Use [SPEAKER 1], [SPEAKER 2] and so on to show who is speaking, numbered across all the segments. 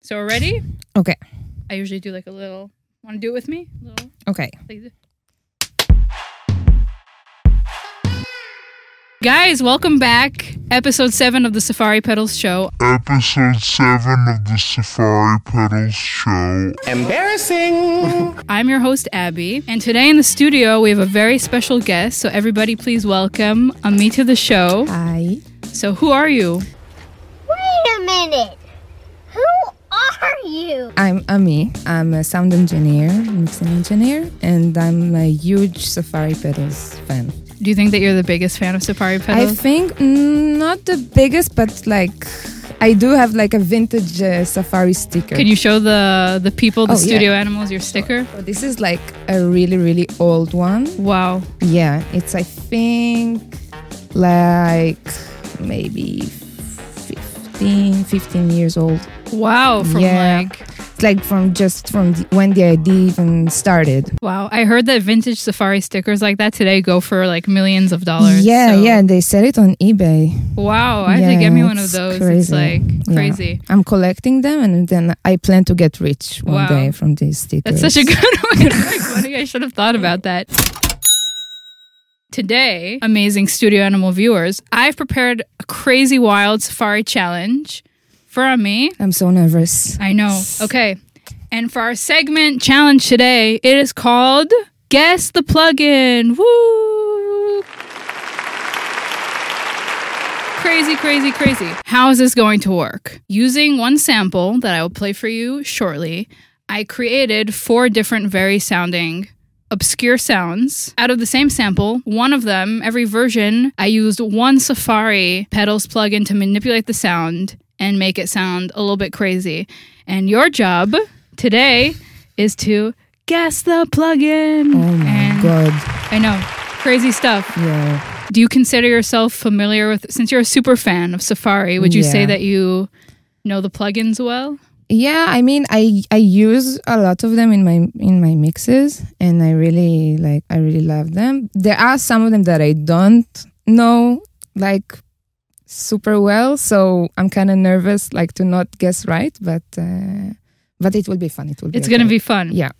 [SPEAKER 1] So we're ready?
[SPEAKER 2] Okay.
[SPEAKER 1] I usually do like a little. Want to do it with me? A little,
[SPEAKER 2] Okay.
[SPEAKER 1] like this. Guys, welcome back. Episode 7 of the Safari Pedals Show.
[SPEAKER 3] Episode 7 of the Safari Pedals Show.
[SPEAKER 4] Embarrassing.
[SPEAKER 1] I'm your host, Abby. And today in the studio, we have a very special guest. So, everybody, please welcome Ami to the show.
[SPEAKER 2] Hi.
[SPEAKER 1] So, who are you?
[SPEAKER 5] Wait a minute. Who are you?
[SPEAKER 2] I'm Ami. I'm a sound engineer, mixing engineer, and I'm a huge Safari Pedals fan.
[SPEAKER 1] Do you think that you're the biggest fan of Safari
[SPEAKER 2] I
[SPEAKER 1] Pedals?
[SPEAKER 2] think mm, not the biggest, but like I do have like a vintage uh, Safari sticker.
[SPEAKER 1] Can you show the, the people, the
[SPEAKER 2] Oh, yeah.
[SPEAKER 1] studio animals, your sticker?
[SPEAKER 2] Oh, This is like a really, really old one.
[SPEAKER 1] Wow.
[SPEAKER 2] Yeah, it's I think like maybe 15, 15 years old.
[SPEAKER 1] Wow. From
[SPEAKER 2] Yeah.
[SPEAKER 1] like.
[SPEAKER 2] It's like from just from the, when the idea even started.
[SPEAKER 1] Wow, I heard that vintage safari stickers like that today go for like millions of dollars.
[SPEAKER 2] Yeah,
[SPEAKER 1] so-
[SPEAKER 2] yeah, and they sell it on eBay.
[SPEAKER 1] Wow, I have
[SPEAKER 2] Yeah,
[SPEAKER 1] to get me one of
[SPEAKER 2] it's
[SPEAKER 1] those. It's
[SPEAKER 2] crazy.
[SPEAKER 1] like
[SPEAKER 2] Yeah.
[SPEAKER 1] crazy.
[SPEAKER 2] I'm collecting them, and then I plan to get rich one
[SPEAKER 1] Wow.
[SPEAKER 2] day from these stickers.
[SPEAKER 1] That's such a good way to make money. I should have thought about that. Today, amazing studio animal viewers, I've prepared a crazy wild safari challenge for uh, me.
[SPEAKER 2] I'm so nervous.
[SPEAKER 1] I know. Okay. And for our segment challenge today, it is called Guess the Plugin. Woo! Crazy, crazy, crazy. How is this going to work? Using one sample that I will play for you shortly, I created four different very sounding obscure sounds out of the same sample. One of them, every version, I used one Safari pedals plugin to manipulate the sound and make it sound a little bit crazy. And your job today is to guess the plugin.
[SPEAKER 2] Oh my
[SPEAKER 1] and
[SPEAKER 2] god!
[SPEAKER 1] I know. Crazy stuff.
[SPEAKER 2] Yeah,
[SPEAKER 1] Do you consider yourself familiar with since you're a super fan of Safari, would you say
[SPEAKER 2] Yeah.
[SPEAKER 1] that you know the plugins well?
[SPEAKER 2] yeah. I mean, I I use a lot of them in my in my mixes, and I really like. I really love them. There are some of them that I don't know like super well, so I'm kind of nervous, like to not guess right. But uh, but it will be fun. It will be.
[SPEAKER 1] It's gonna
[SPEAKER 2] okay.
[SPEAKER 1] be fun.
[SPEAKER 2] Yeah.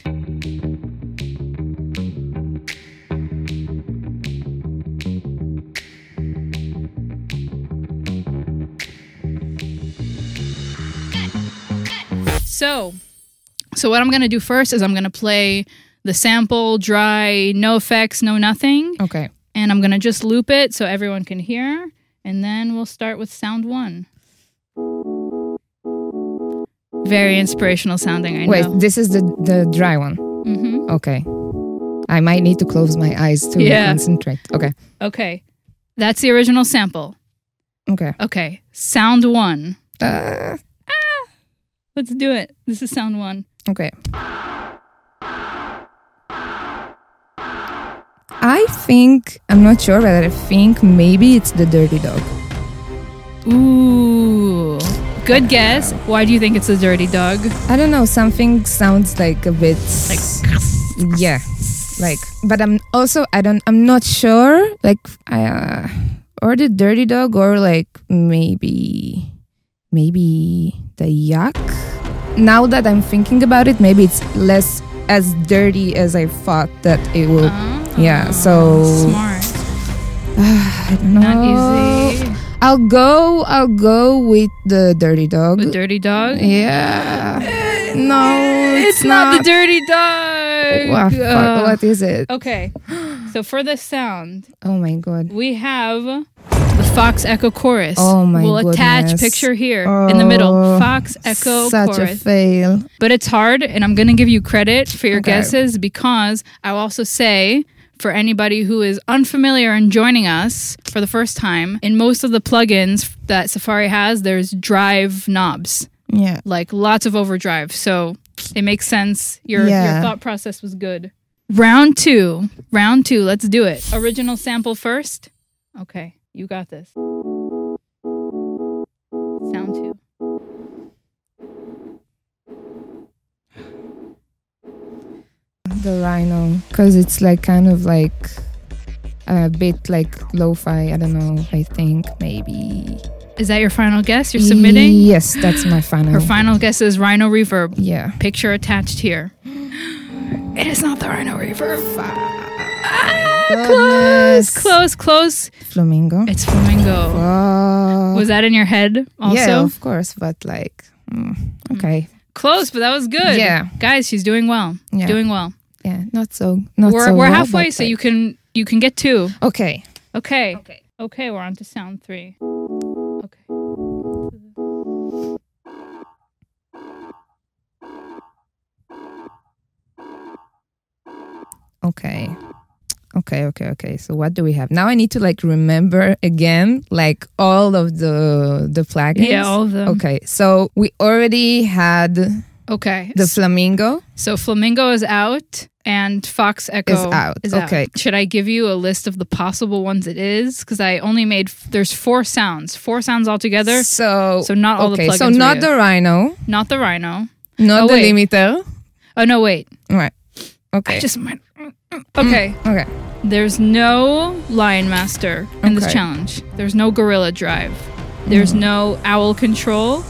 [SPEAKER 1] So, so what I'm gonna do first is I'm gonna play the sample, dry, no effects, no nothing,
[SPEAKER 2] Okay.
[SPEAKER 1] and I'm gonna just loop it so everyone can hear, and then we'll start with sound one. Very inspirational sounding, I
[SPEAKER 2] Wait,
[SPEAKER 1] know.
[SPEAKER 2] this is the the dry one.
[SPEAKER 1] hmm
[SPEAKER 2] Okay. I might need to close my eyes to
[SPEAKER 1] Yeah.
[SPEAKER 2] concentrate. Okay.
[SPEAKER 1] Okay, that's the original sample.
[SPEAKER 2] Okay.
[SPEAKER 1] Okay, sound one.
[SPEAKER 2] Uh,
[SPEAKER 1] Let's do it. This is sound one.
[SPEAKER 2] okay. I think I'm not sure, but I think maybe it's the dirty dog.
[SPEAKER 1] Ooh, good guess. Why do you think it's a dirty dog?
[SPEAKER 2] I don't know. Something sounds like a bit
[SPEAKER 1] Like,
[SPEAKER 2] yeah, like. But I'm also I don't I'm not sure. Like I uh, or the dirty dog or like maybe maybe the yak. Now that I'm thinking about it, maybe it's less as dirty as I thought that it will. yeah. So
[SPEAKER 1] Ah, smart,
[SPEAKER 2] I don't know.
[SPEAKER 1] not easy.
[SPEAKER 2] I'll go. I'll go with the dirty dog.
[SPEAKER 1] The dirty dog.
[SPEAKER 2] yeah. No,
[SPEAKER 1] Eh, It's not, the dirty dog.
[SPEAKER 2] Wow, fuck,
[SPEAKER 1] Uh,
[SPEAKER 2] what is it?
[SPEAKER 1] okay. So for the sound,
[SPEAKER 2] Oh my god.
[SPEAKER 1] we have the Fox Echo Chorus.
[SPEAKER 2] Oh my
[SPEAKER 1] We'll attach
[SPEAKER 2] goodness.
[SPEAKER 1] picture here in the middle.
[SPEAKER 2] Oh,
[SPEAKER 1] Fox Echo
[SPEAKER 2] Such a
[SPEAKER 1] Chorus.
[SPEAKER 2] fail.
[SPEAKER 1] but it's hard, and I'm going to give you credit for your
[SPEAKER 2] Okay.
[SPEAKER 1] guesses because I will also say. For anybody who is unfamiliar and joining us for the first time, in most of the plugins that Safari has, there's drive knobs.
[SPEAKER 2] Yeah.
[SPEAKER 1] like lots of overdrive. So it makes sense. Your your
[SPEAKER 2] Yeah.
[SPEAKER 1] thought process was good. Round two. Round two. Let's do it. Original sample first. Okay, you got this. Sound two.
[SPEAKER 2] The rhino. Because it's like kind of like a bit like lo fi. I don't know. I think maybe.
[SPEAKER 1] Is that your final guess? You're submitting?
[SPEAKER 2] Yes, that's my final.
[SPEAKER 1] Her final guess is Rhino Reverb.
[SPEAKER 2] yeah.
[SPEAKER 1] Picture attached here. It is not the Rhino Reverb. Ah, close,
[SPEAKER 2] Goodness.
[SPEAKER 1] close, close.
[SPEAKER 2] Flamingo.
[SPEAKER 1] It's Flamingo.
[SPEAKER 2] Oh.
[SPEAKER 1] Was that in your head also?
[SPEAKER 2] Yeah, of course, but like, mm, okay,
[SPEAKER 1] Close, but that was good.
[SPEAKER 2] Yeah.
[SPEAKER 1] Guys, she's doing well.
[SPEAKER 2] Yeah.
[SPEAKER 1] Mm. Doing well.
[SPEAKER 2] yeah, not so, not
[SPEAKER 1] we're
[SPEAKER 2] so.
[SPEAKER 1] we're
[SPEAKER 2] well,
[SPEAKER 1] halfway,
[SPEAKER 2] but,
[SPEAKER 1] so
[SPEAKER 2] like-
[SPEAKER 1] you can you can get two.
[SPEAKER 2] Okay,
[SPEAKER 1] Okay. Okay. Okay, we're on to sound three. Okay.
[SPEAKER 2] okay, okay, okay, okay. So what do we have now? I need to like remember again, like all of the the plugins.
[SPEAKER 1] Yeah, all of them.
[SPEAKER 2] Okay, so we already had
[SPEAKER 1] Okay.
[SPEAKER 2] the flamingo.
[SPEAKER 1] so Flamingo is out and Fox Echo
[SPEAKER 2] Is out. Okay.
[SPEAKER 1] Should I give you a list of the possible ones it is? Because I only made f- there's four sounds, four sounds altogether.
[SPEAKER 2] So
[SPEAKER 1] So not all the
[SPEAKER 2] okay,
[SPEAKER 1] plugins.
[SPEAKER 2] so
[SPEAKER 1] were
[SPEAKER 2] not
[SPEAKER 1] used.
[SPEAKER 2] the rhino,
[SPEAKER 1] not the Rhino.
[SPEAKER 2] not
[SPEAKER 1] Oh,
[SPEAKER 2] the
[SPEAKER 1] wait.
[SPEAKER 2] limiter.
[SPEAKER 1] Oh no, wait.
[SPEAKER 2] Right.
[SPEAKER 1] I
[SPEAKER 2] Okay.
[SPEAKER 1] just might. Okay.
[SPEAKER 2] okay.
[SPEAKER 1] There's no Lion Master in this
[SPEAKER 2] Okay. Hmm.
[SPEAKER 1] challenge. There's no Gorilla Drive. There's no Owl Control.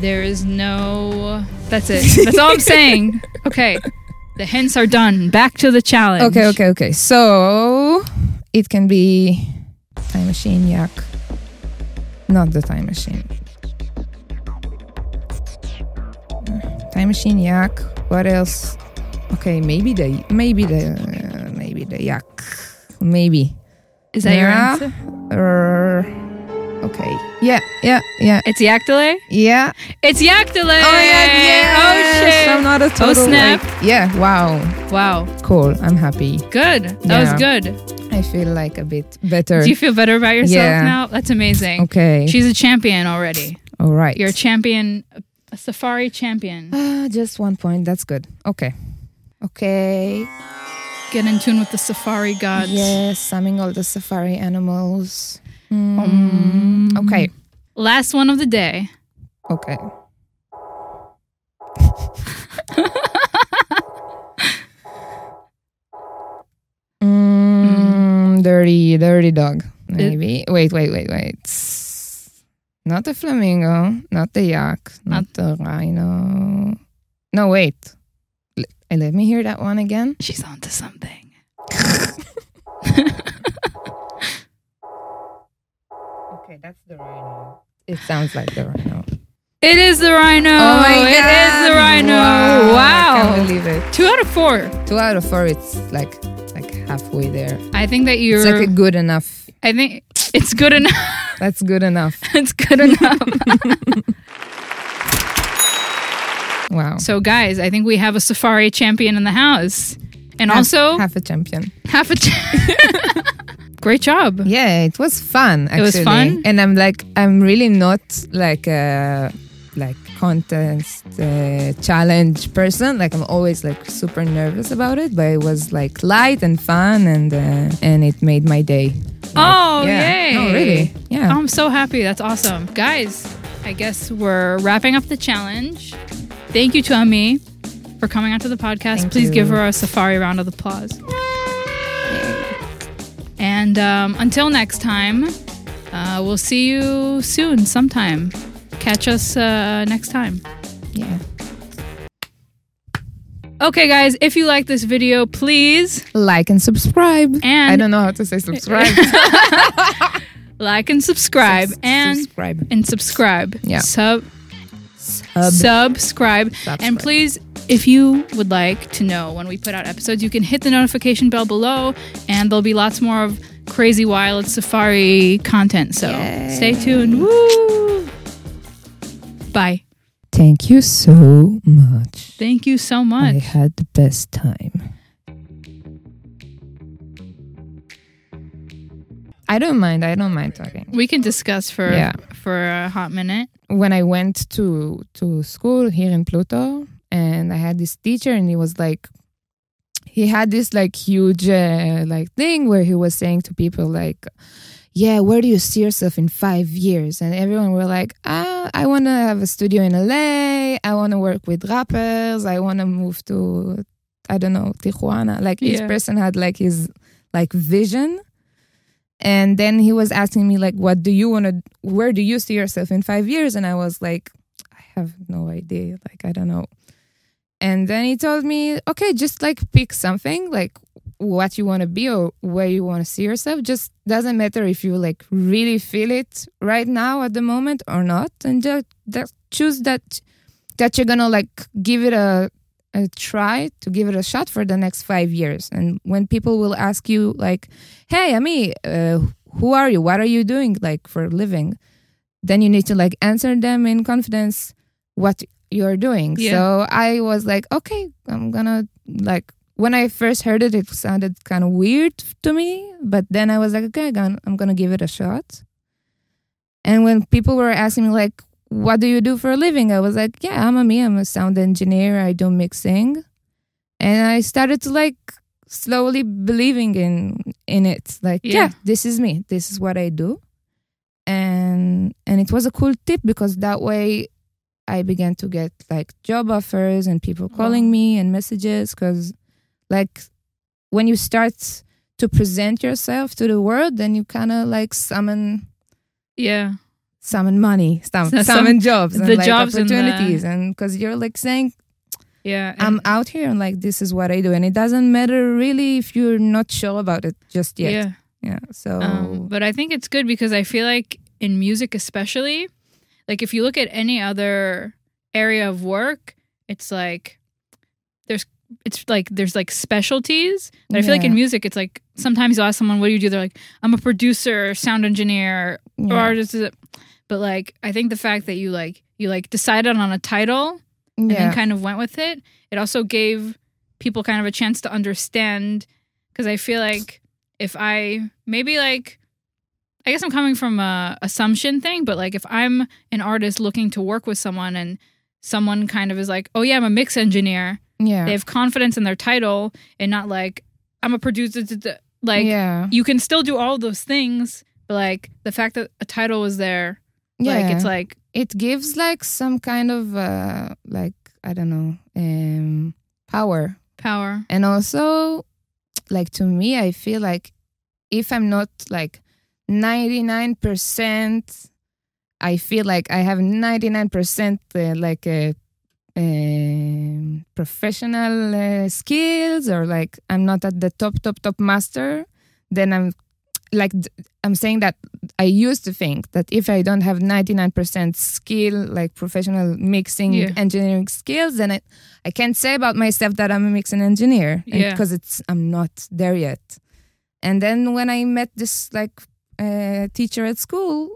[SPEAKER 1] There is no. That's it. That's all I'm saying. Okay. The hints are done. Back to the challenge.
[SPEAKER 2] Okay, okay, okay. So it can be time machine yak. Not the time machine. Time machine yak. What else? Okay, maybe the maybe the uh, maybe the yak. Maybe.
[SPEAKER 1] Is that your
[SPEAKER 2] Yeah.
[SPEAKER 1] answer?
[SPEAKER 2] Er, okay. Yeah, yeah, yeah,
[SPEAKER 1] It's Yak Delay?
[SPEAKER 2] yeah.
[SPEAKER 1] It's Yak Delay!
[SPEAKER 2] Oh yeah,
[SPEAKER 1] Oh,
[SPEAKER 2] yes!
[SPEAKER 1] shit!
[SPEAKER 2] I'm not a total.
[SPEAKER 1] Oh snap!
[SPEAKER 2] like- yeah. Wow.
[SPEAKER 1] wow.
[SPEAKER 2] Cool. I'm happy.
[SPEAKER 1] Good. That
[SPEAKER 2] Yeah.
[SPEAKER 1] was good.
[SPEAKER 2] I feel like a bit better.
[SPEAKER 1] Do you feel better about yourself
[SPEAKER 2] Yeah.
[SPEAKER 1] now? That's amazing.
[SPEAKER 2] okay.
[SPEAKER 1] She's a champion already.
[SPEAKER 2] All right.
[SPEAKER 1] You're a champion, a safari champion.
[SPEAKER 2] Ah, just one point. That's good. Okay. Okay.
[SPEAKER 1] Get in tune with the safari gods.
[SPEAKER 2] Yes, summing all the safari animals. Mm. Okay.
[SPEAKER 1] Last one of the day.
[SPEAKER 2] Okay. mm, dirty, dirty dog. Maybe. wait, wait, wait, wait. Not the flamingo, not the yak, not the rhino. No, wait. L- let me hear that one again.
[SPEAKER 1] She's onto something.
[SPEAKER 2] Okay, that's the rhino. It sounds like the rhino.
[SPEAKER 1] It is the rhino.
[SPEAKER 2] Oh
[SPEAKER 1] It is the rhino.
[SPEAKER 2] I
[SPEAKER 1] Wow.
[SPEAKER 2] can't believe it.
[SPEAKER 1] Two out of four.
[SPEAKER 2] Two out of four. It's like like halfway there.
[SPEAKER 1] I think that
[SPEAKER 2] It's
[SPEAKER 1] you're. I
[SPEAKER 2] like a good enough.
[SPEAKER 1] think it's good enough.
[SPEAKER 2] That's good enough.
[SPEAKER 1] it's good enough.
[SPEAKER 2] Wow.
[SPEAKER 1] so, guys, I think we have a safari champion in the house, and also half,
[SPEAKER 2] half a champion.
[SPEAKER 1] a. cha- Great job.
[SPEAKER 2] Yeah, it was fun. Actually.
[SPEAKER 1] was fun?
[SPEAKER 2] And I'm like, I'm really not like a like contest uh, challenge person. Like I'm always like super nervous about it, but it was like light and fun, and uh, and it made my day.
[SPEAKER 1] Oh,
[SPEAKER 2] yeah.
[SPEAKER 1] yay.
[SPEAKER 2] No, really. Yeah.
[SPEAKER 1] Oh, I'm so happy. That's awesome. Guys, I guess we're wrapping up the challenge. Thank you to Ami for coming onto the podcast.
[SPEAKER 2] Thank
[SPEAKER 1] Please
[SPEAKER 2] you.
[SPEAKER 1] give her a safari round of applause. And um, until next time, uh, we'll see you soon sometime. Catch us uh, next time.
[SPEAKER 2] yeah.
[SPEAKER 1] Okay, guys, if you like this video, please
[SPEAKER 2] like and subscribe.
[SPEAKER 1] And-
[SPEAKER 2] I don't know how to say subscribe.
[SPEAKER 1] like and subscribe. and
[SPEAKER 2] subscribe.
[SPEAKER 1] and subscribe.
[SPEAKER 2] Yeah.
[SPEAKER 1] Sub
[SPEAKER 2] Sub.
[SPEAKER 1] subscribe. And
[SPEAKER 2] Subscribe.
[SPEAKER 1] please, if you would like to know when we put out episodes, you can hit the notification bell below, and there'll be lots more of crazy wild safari content. So stay tuned. Woo! Bye.
[SPEAKER 2] Thank you so much.
[SPEAKER 1] Thank you so
[SPEAKER 2] I
[SPEAKER 1] much.
[SPEAKER 2] had the best time. I don't mind. I don't mind talking.
[SPEAKER 1] We can discuss for
[SPEAKER 2] Yeah.
[SPEAKER 1] for a hot minute.
[SPEAKER 2] When I went to to school here in Pluto, and I had this teacher, and he was like, he had this like huge uh, like thing where he was saying to people like, yeah, where do you see yourself in five years? And everyone were like, ah, I want to have a studio in LA. I want to work with rappers. I want to move to, I don't know, Tijuana. Like each
[SPEAKER 1] Yeah.
[SPEAKER 2] person had like his like vision. And then he was asking me like, "What do you want to? Where do you see yourself in five years?" And I was like, "I have no idea. Like, I don't know." And then he told me, "Okay, just like pick something, like what you want to be or where you want to see yourself. Just doesn't matter if you like really feel it right now at the moment or not, and just, just choose that that you're gonna like give it a a try to give it a shot for the next five years. And when people will ask you, like, hey, Ami, uh, who are you? What are you doing, like, for a living? Then you need to, like, answer them in confidence what you're doing.
[SPEAKER 1] Yeah.
[SPEAKER 2] So I was like, okay, I'm gonna, like, when I first heard it, it sounded kind of weird to me. But then I was like, okay, I'm gonna- I'm gonna give it a shot. And when people were asking me, like, what do you do for a living? I was like, yeah, I'm a me. I'm a sound engineer. I do mixing. And I started to like slowly believing in in it. Like, yeah.
[SPEAKER 1] Yeah.
[SPEAKER 2] this is me. This is what I do. And and it was a cool tip because that way I began to get like job offers and people calling me and messages cuz like when you start to present yourself to the world then you kind of like summon
[SPEAKER 1] Yeah.
[SPEAKER 2] summon money, some,
[SPEAKER 1] So-
[SPEAKER 2] summon jobs, and
[SPEAKER 1] the
[SPEAKER 2] like
[SPEAKER 1] jobs and the-
[SPEAKER 2] opportunities, and because you're like saying
[SPEAKER 1] Yeah. and-
[SPEAKER 2] I'm out here and like this is what I do, and it doesn't matter really if you're not sure about it just yet. Yeah.
[SPEAKER 1] Yeah.
[SPEAKER 2] so
[SPEAKER 1] Um, but I think it's good because I feel like in music, especially, like if you look at any other area of work, it's like there's it's like there's like specialties. But I feel like
[SPEAKER 2] Yeah.
[SPEAKER 1] in music, it's like sometimes you will ask someone, "What do you do?" They're like, "I'm a producer, sound engineer,
[SPEAKER 2] yeah.
[SPEAKER 1] or artist." But like, I think the fact that you like you like decided on a title and
[SPEAKER 2] yeah.
[SPEAKER 1] then kind of went with it. It also gave people kind of a chance to understand because I feel like if I maybe like I guess I'm coming from a assumption thing, but like if I'm an artist looking to work with someone and someone kind of is like, "Oh yeah, I'm a mix engineer."
[SPEAKER 2] yeah,
[SPEAKER 1] They have confidence in their title and not like I'm a producer d- d- d-" like
[SPEAKER 2] yeah,
[SPEAKER 1] you can still do all those things, but like the fact that a title was there, like it's like
[SPEAKER 2] it gives like some kind of uh like I don't know um power
[SPEAKER 1] power.
[SPEAKER 2] And also, like to me, I feel like if I'm not like 99%, I feel like I have 99% uh, like uh, um professional uh, skills or like I'm not at the top, top, top master, then I'm like, th- I'm saying that I used to think that if I don't have 99% skill, like professional mixing
[SPEAKER 1] Yeah.
[SPEAKER 2] engineering skills, then I, I can't say about myself that I'm a mixing engineer
[SPEAKER 1] Yeah.
[SPEAKER 2] because it's I'm not there yet. And then when I met this like uh, teacher at school,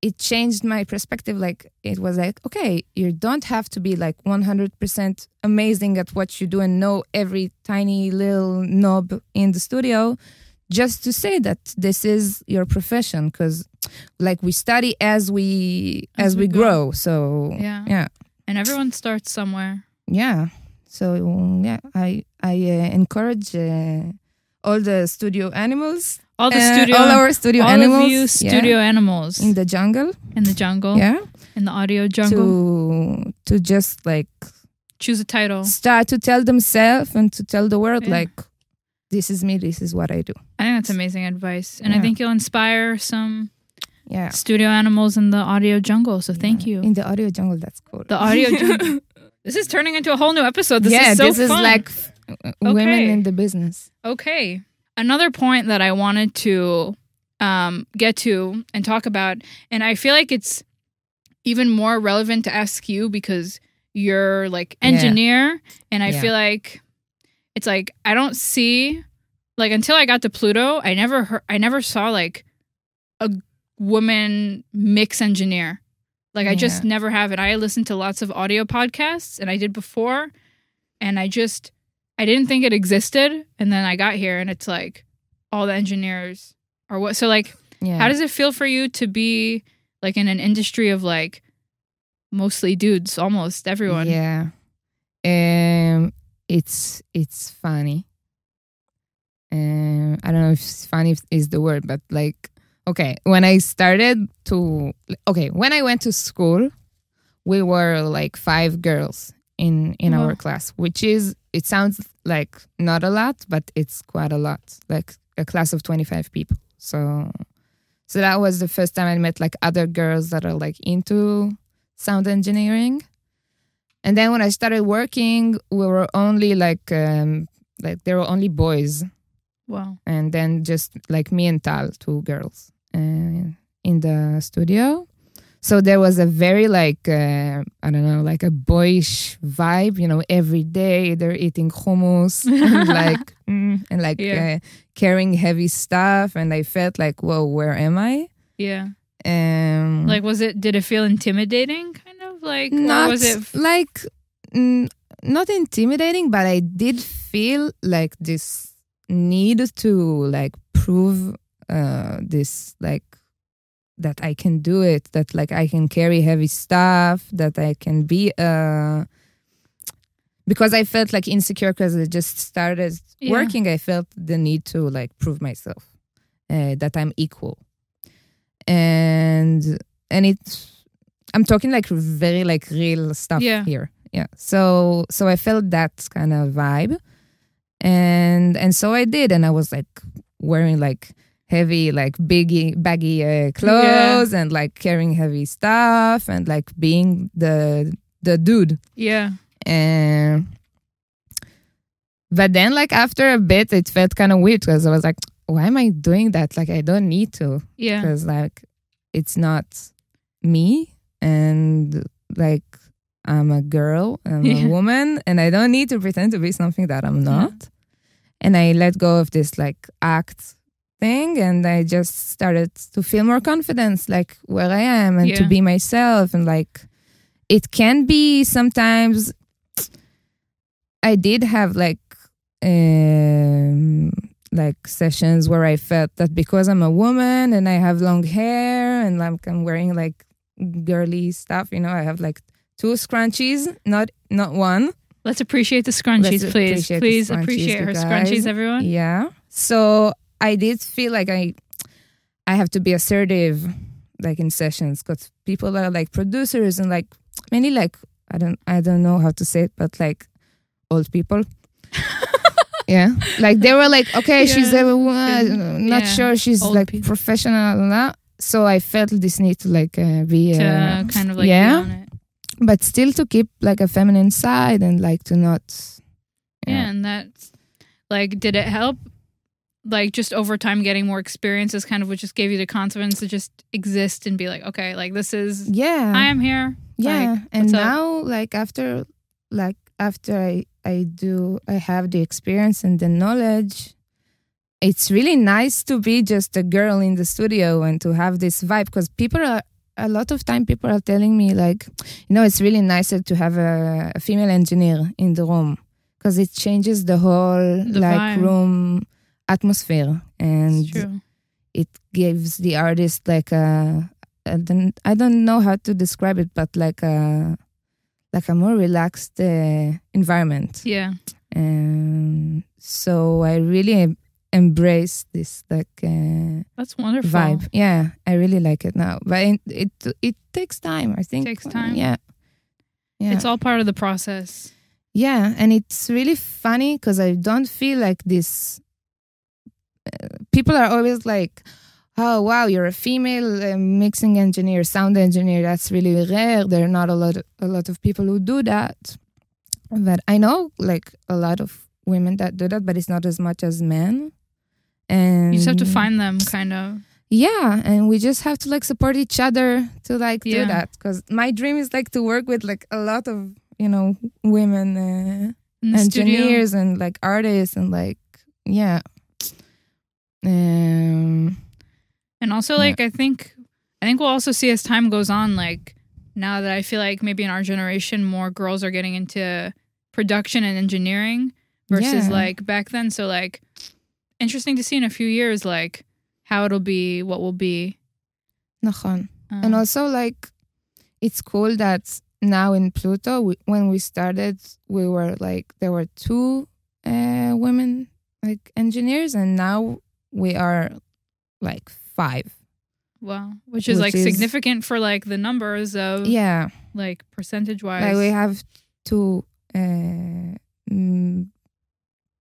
[SPEAKER 2] it changed my perspective. Like it was like, okay, you don't have to be like 100% amazing at what you do and know every tiny little knob in the studio just to say that this is your profession because like we study as we as, we, grow. so
[SPEAKER 1] Yeah.
[SPEAKER 2] yeah
[SPEAKER 1] And everyone starts somewhere.
[SPEAKER 2] yeah so um, yeah i i uh, encourage uh, all the studio animals
[SPEAKER 1] all the
[SPEAKER 2] uh,
[SPEAKER 1] studio
[SPEAKER 2] all our studio
[SPEAKER 1] all
[SPEAKER 2] animals
[SPEAKER 1] of you
[SPEAKER 2] yeah,
[SPEAKER 1] studio animals
[SPEAKER 2] in the jungle
[SPEAKER 1] in the jungle
[SPEAKER 2] yeah
[SPEAKER 1] in the audio jungle
[SPEAKER 2] to to just like
[SPEAKER 1] choose a title
[SPEAKER 2] start to tell themselves and to tell the world
[SPEAKER 1] Yeah.
[SPEAKER 2] like this is me this is what i do
[SPEAKER 1] i think that's amazing advice and i
[SPEAKER 2] Yeah.
[SPEAKER 1] think you'll inspire some
[SPEAKER 2] yeah
[SPEAKER 1] studio animals in the audio jungle so thank you
[SPEAKER 2] in the audio jungle that's cool
[SPEAKER 1] the audio jungle this is turning into a whole new episode this
[SPEAKER 2] yeah
[SPEAKER 1] is so
[SPEAKER 2] this is
[SPEAKER 1] fun.
[SPEAKER 2] like f- women
[SPEAKER 1] Okay.
[SPEAKER 2] in the business
[SPEAKER 1] Okay. Another point that I wanted to um, get to and talk about, and I feel like it's even more relevant to ask you because you're like
[SPEAKER 2] Yeah.
[SPEAKER 1] engineer, and I
[SPEAKER 2] Yeah.
[SPEAKER 1] feel like it's like I don't see like until I got to Pluto, I never heard, I never saw like a woman mix engineer. Like I just never have it. I listened to lots of audio podcasts, and I did before, and I just I didn't think it existed, and then I got here, and it's like all the engineers are what. So like,
[SPEAKER 2] yeah
[SPEAKER 1] how does it feel for you to be like in an industry of like mostly dudes, almost everyone?
[SPEAKER 2] Yeah. Um it's it's funny. Um I don't know if it's funny if- is the word, but like okay, when I started to okay, when I went to school, we were like five girls in in
[SPEAKER 1] Wow.
[SPEAKER 2] our class, which is it sounds like not a lot, but it's quite a lot. Like a class of 25 people. So so that was the first time I met like other girls that are like into sound engineering. And then when I started working, we were only like um like there were only boys
[SPEAKER 1] Wow.
[SPEAKER 2] and then just like me and Tal, two girls uh, in the studio. So there was a very like uh, I don't know, like a boyish vibe. You know, every day they're eating hummus and like mm, and like
[SPEAKER 1] Yeah.
[SPEAKER 2] uh, carrying heavy stuff, and I felt like, whoa, where am I?
[SPEAKER 1] Yeah.
[SPEAKER 2] Um,
[SPEAKER 1] Like, was it? Did it feel intimidating? Kind of like, or
[SPEAKER 2] not
[SPEAKER 1] was it?
[SPEAKER 2] like mm, not intimidating but i did feel like this need to like prove uh this like that i can do it that like i can carry heavy stuff that i can be uh because i felt like insecure because i just started
[SPEAKER 1] Yeah.
[SPEAKER 2] working i felt the need to like prove myself uh, that i'm equal and and it I'm talking like very like real stuff
[SPEAKER 1] Yeah.
[SPEAKER 2] here. Yeah. So so I felt that kind of vibe. And and so I did and I was like wearing like heavy like biggy baggy uh, clothes and like carrying heavy stuff and like being the the dude.
[SPEAKER 1] Yeah.
[SPEAKER 2] And but then like after a bit it felt kind of weird because I was like why am I doing that? Like I don't need to
[SPEAKER 1] Yeah.
[SPEAKER 2] because like it's not me and like i'm a girl i'm
[SPEAKER 1] Yeah.
[SPEAKER 2] a woman and i don't need to pretend to be something that i'm not and i let go of this like act thing and i just started to feel more confidence like where i am and to
[SPEAKER 1] Yeah.
[SPEAKER 2] be myself and like it can be sometimes i did have like um like sessions where I felt that because I'm a woman and I have long hair and like I'm wearing like girly stuff, you know, I have like two scrunchies, not not one.
[SPEAKER 1] Let's appreciate the scrunchies,
[SPEAKER 2] Let's
[SPEAKER 1] please.
[SPEAKER 2] appreciate the
[SPEAKER 1] please
[SPEAKER 2] scrunchies,
[SPEAKER 1] appreciate
[SPEAKER 2] you
[SPEAKER 1] her
[SPEAKER 2] guys.
[SPEAKER 1] scrunchies, everyone.
[SPEAKER 2] Yeah. So I did feel like I I have to be assertive like in sessions because people that are like producers and like many like I don't I don't know how to say it, but like old people. yeah. Like they were like, okay, she's
[SPEAKER 1] Yeah.
[SPEAKER 2] a woman, not
[SPEAKER 1] Yeah.
[SPEAKER 2] sure she's
[SPEAKER 1] Old
[SPEAKER 2] like
[SPEAKER 1] people.
[SPEAKER 2] professional. and that. So I felt this need to like uh, be
[SPEAKER 1] To
[SPEAKER 2] uh,
[SPEAKER 1] kind of like,
[SPEAKER 2] yeah.
[SPEAKER 1] yeah. On it.
[SPEAKER 2] but still to keep like a feminine side and like to not
[SPEAKER 1] yeah. And that's like, did it help? Like, just over time, getting more experience is kind of what just gave you the confidence to just exist and be like, okay, like, this is,
[SPEAKER 2] yeah
[SPEAKER 1] I am here.
[SPEAKER 2] yeah
[SPEAKER 1] Like,
[SPEAKER 2] and
[SPEAKER 1] what's up?
[SPEAKER 2] now like after like after i i do i have the experience and the knowledge it's really nice to be just a girl in the studio and to have this vibe because people are a lot of time people are telling me like you know it's really nicer to have a, a female engineer in the room because it changes the whole
[SPEAKER 1] The
[SPEAKER 2] like
[SPEAKER 1] vibe.
[SPEAKER 2] room atmosphere and
[SPEAKER 1] It's true.
[SPEAKER 2] it gives the artist like a I don't I don't know how to describe it, but like a like a more relaxed uh, environment.
[SPEAKER 1] Yeah.
[SPEAKER 2] Um, so I really em- embrace this like uh,
[SPEAKER 1] That's wonderful.
[SPEAKER 2] vibe. Yeah, I really like it now, but it it, it takes time. I think
[SPEAKER 1] Takes time.
[SPEAKER 2] Yeah, yeah.
[SPEAKER 1] It's all part of the process.
[SPEAKER 2] Yeah, and it's really funny because I don't feel like this. uh, People are always like, "Oh wow, you're a female uh, mixing engineer, sound engineer. That's really rare. There are not a lot, a lot of people who do that." But I know like a lot of women that do that, but it's not as much as men. And
[SPEAKER 1] You just have to find them, kind of.
[SPEAKER 2] yeah, and we just have to like support each other to like
[SPEAKER 1] Yeah.
[SPEAKER 2] do that because my dream is like to work with like a lot of you know women. Uh,
[SPEAKER 1] In the studio.
[SPEAKER 2] engineers and like artists and like yeah um
[SPEAKER 1] And also, like, I think, I think we'll also see as time goes on, like, now that I feel like maybe in our generation, more girls are getting into production and engineering versus
[SPEAKER 2] Yeah.
[SPEAKER 1] like back then. So, like, interesting to see in a few years, like, how it'll be, what will be.
[SPEAKER 2] נכון.
[SPEAKER 1] Um,
[SPEAKER 2] and also like it's cool that now in pluto we, when we started we were like there were two uh women like engineers and now we are like five
[SPEAKER 1] wow, which is
[SPEAKER 2] which
[SPEAKER 1] like
[SPEAKER 2] is-
[SPEAKER 1] significant for like the numbers of
[SPEAKER 2] yeah
[SPEAKER 1] like percentage wise.
[SPEAKER 2] like we have two uh mm,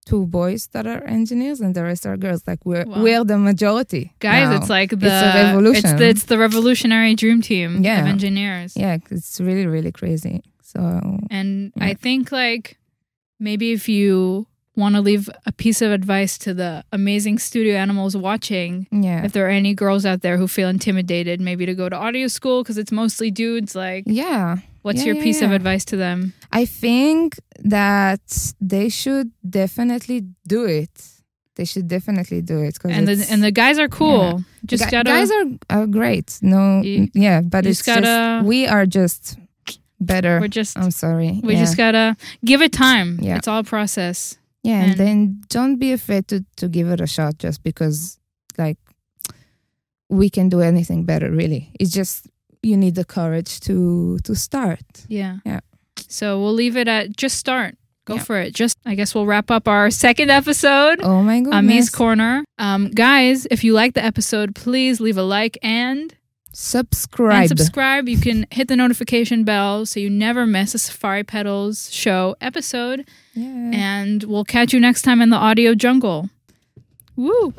[SPEAKER 2] two boys that are engineers and the rest are girls. Like we're
[SPEAKER 1] Wow.
[SPEAKER 2] we're the majority.
[SPEAKER 1] Guys,
[SPEAKER 2] now.
[SPEAKER 1] it's like the
[SPEAKER 2] a revolution.
[SPEAKER 1] It's the, it's the revolutionary dream team
[SPEAKER 2] Yeah.
[SPEAKER 1] of engineers.
[SPEAKER 2] yeah, it's really really crazy. So
[SPEAKER 1] And I think like maybe if you want to leave a piece of advice to the amazing studio animals watching,
[SPEAKER 2] yeah,
[SPEAKER 1] if there are any girls out there who feel intimidated, maybe to go to audio school because it's mostly dudes. Like,
[SPEAKER 2] yeah.
[SPEAKER 1] what's
[SPEAKER 2] Yeah,
[SPEAKER 1] your
[SPEAKER 2] yeah,
[SPEAKER 1] piece of
[SPEAKER 2] yeah.
[SPEAKER 1] advice to them?
[SPEAKER 2] I think that they should definitely do it. They should definitely do it. 'cause
[SPEAKER 1] And the
[SPEAKER 2] it's-
[SPEAKER 1] and the guys are cool. Just
[SPEAKER 2] Gu-
[SPEAKER 1] gotta
[SPEAKER 2] guys are, are great. No,
[SPEAKER 1] You-
[SPEAKER 2] yeah, but
[SPEAKER 1] you
[SPEAKER 2] it's
[SPEAKER 1] just gotta-
[SPEAKER 2] just we are just better.
[SPEAKER 1] we're just
[SPEAKER 2] I'm sorry.
[SPEAKER 1] we
[SPEAKER 2] um, yeah.
[SPEAKER 1] just gotta give it time.
[SPEAKER 2] Yeah.
[SPEAKER 1] It's all a process.
[SPEAKER 2] yeah, and,
[SPEAKER 1] and-
[SPEAKER 2] then don't be afraid to to give it a shot just because like we can do anything better. Really, it's just you need the courage to to start.
[SPEAKER 1] Yeah.
[SPEAKER 2] Yeah.
[SPEAKER 1] So we'll leave it at just start. Go
[SPEAKER 2] Yeah.
[SPEAKER 1] for it. Just I guess we'll wrap up our second episode.
[SPEAKER 2] Oh my
[SPEAKER 1] on Ami's
[SPEAKER 2] goodness!
[SPEAKER 1] Corner. Um, guys, if you like the episode, please leave a like and,
[SPEAKER 2] subscribe.
[SPEAKER 1] and subscribe. You can hit the notification bell so you never miss a Safari Pedals show episode.
[SPEAKER 2] yeah.
[SPEAKER 1] And we'll catch you next time in the audio jungle. Woo!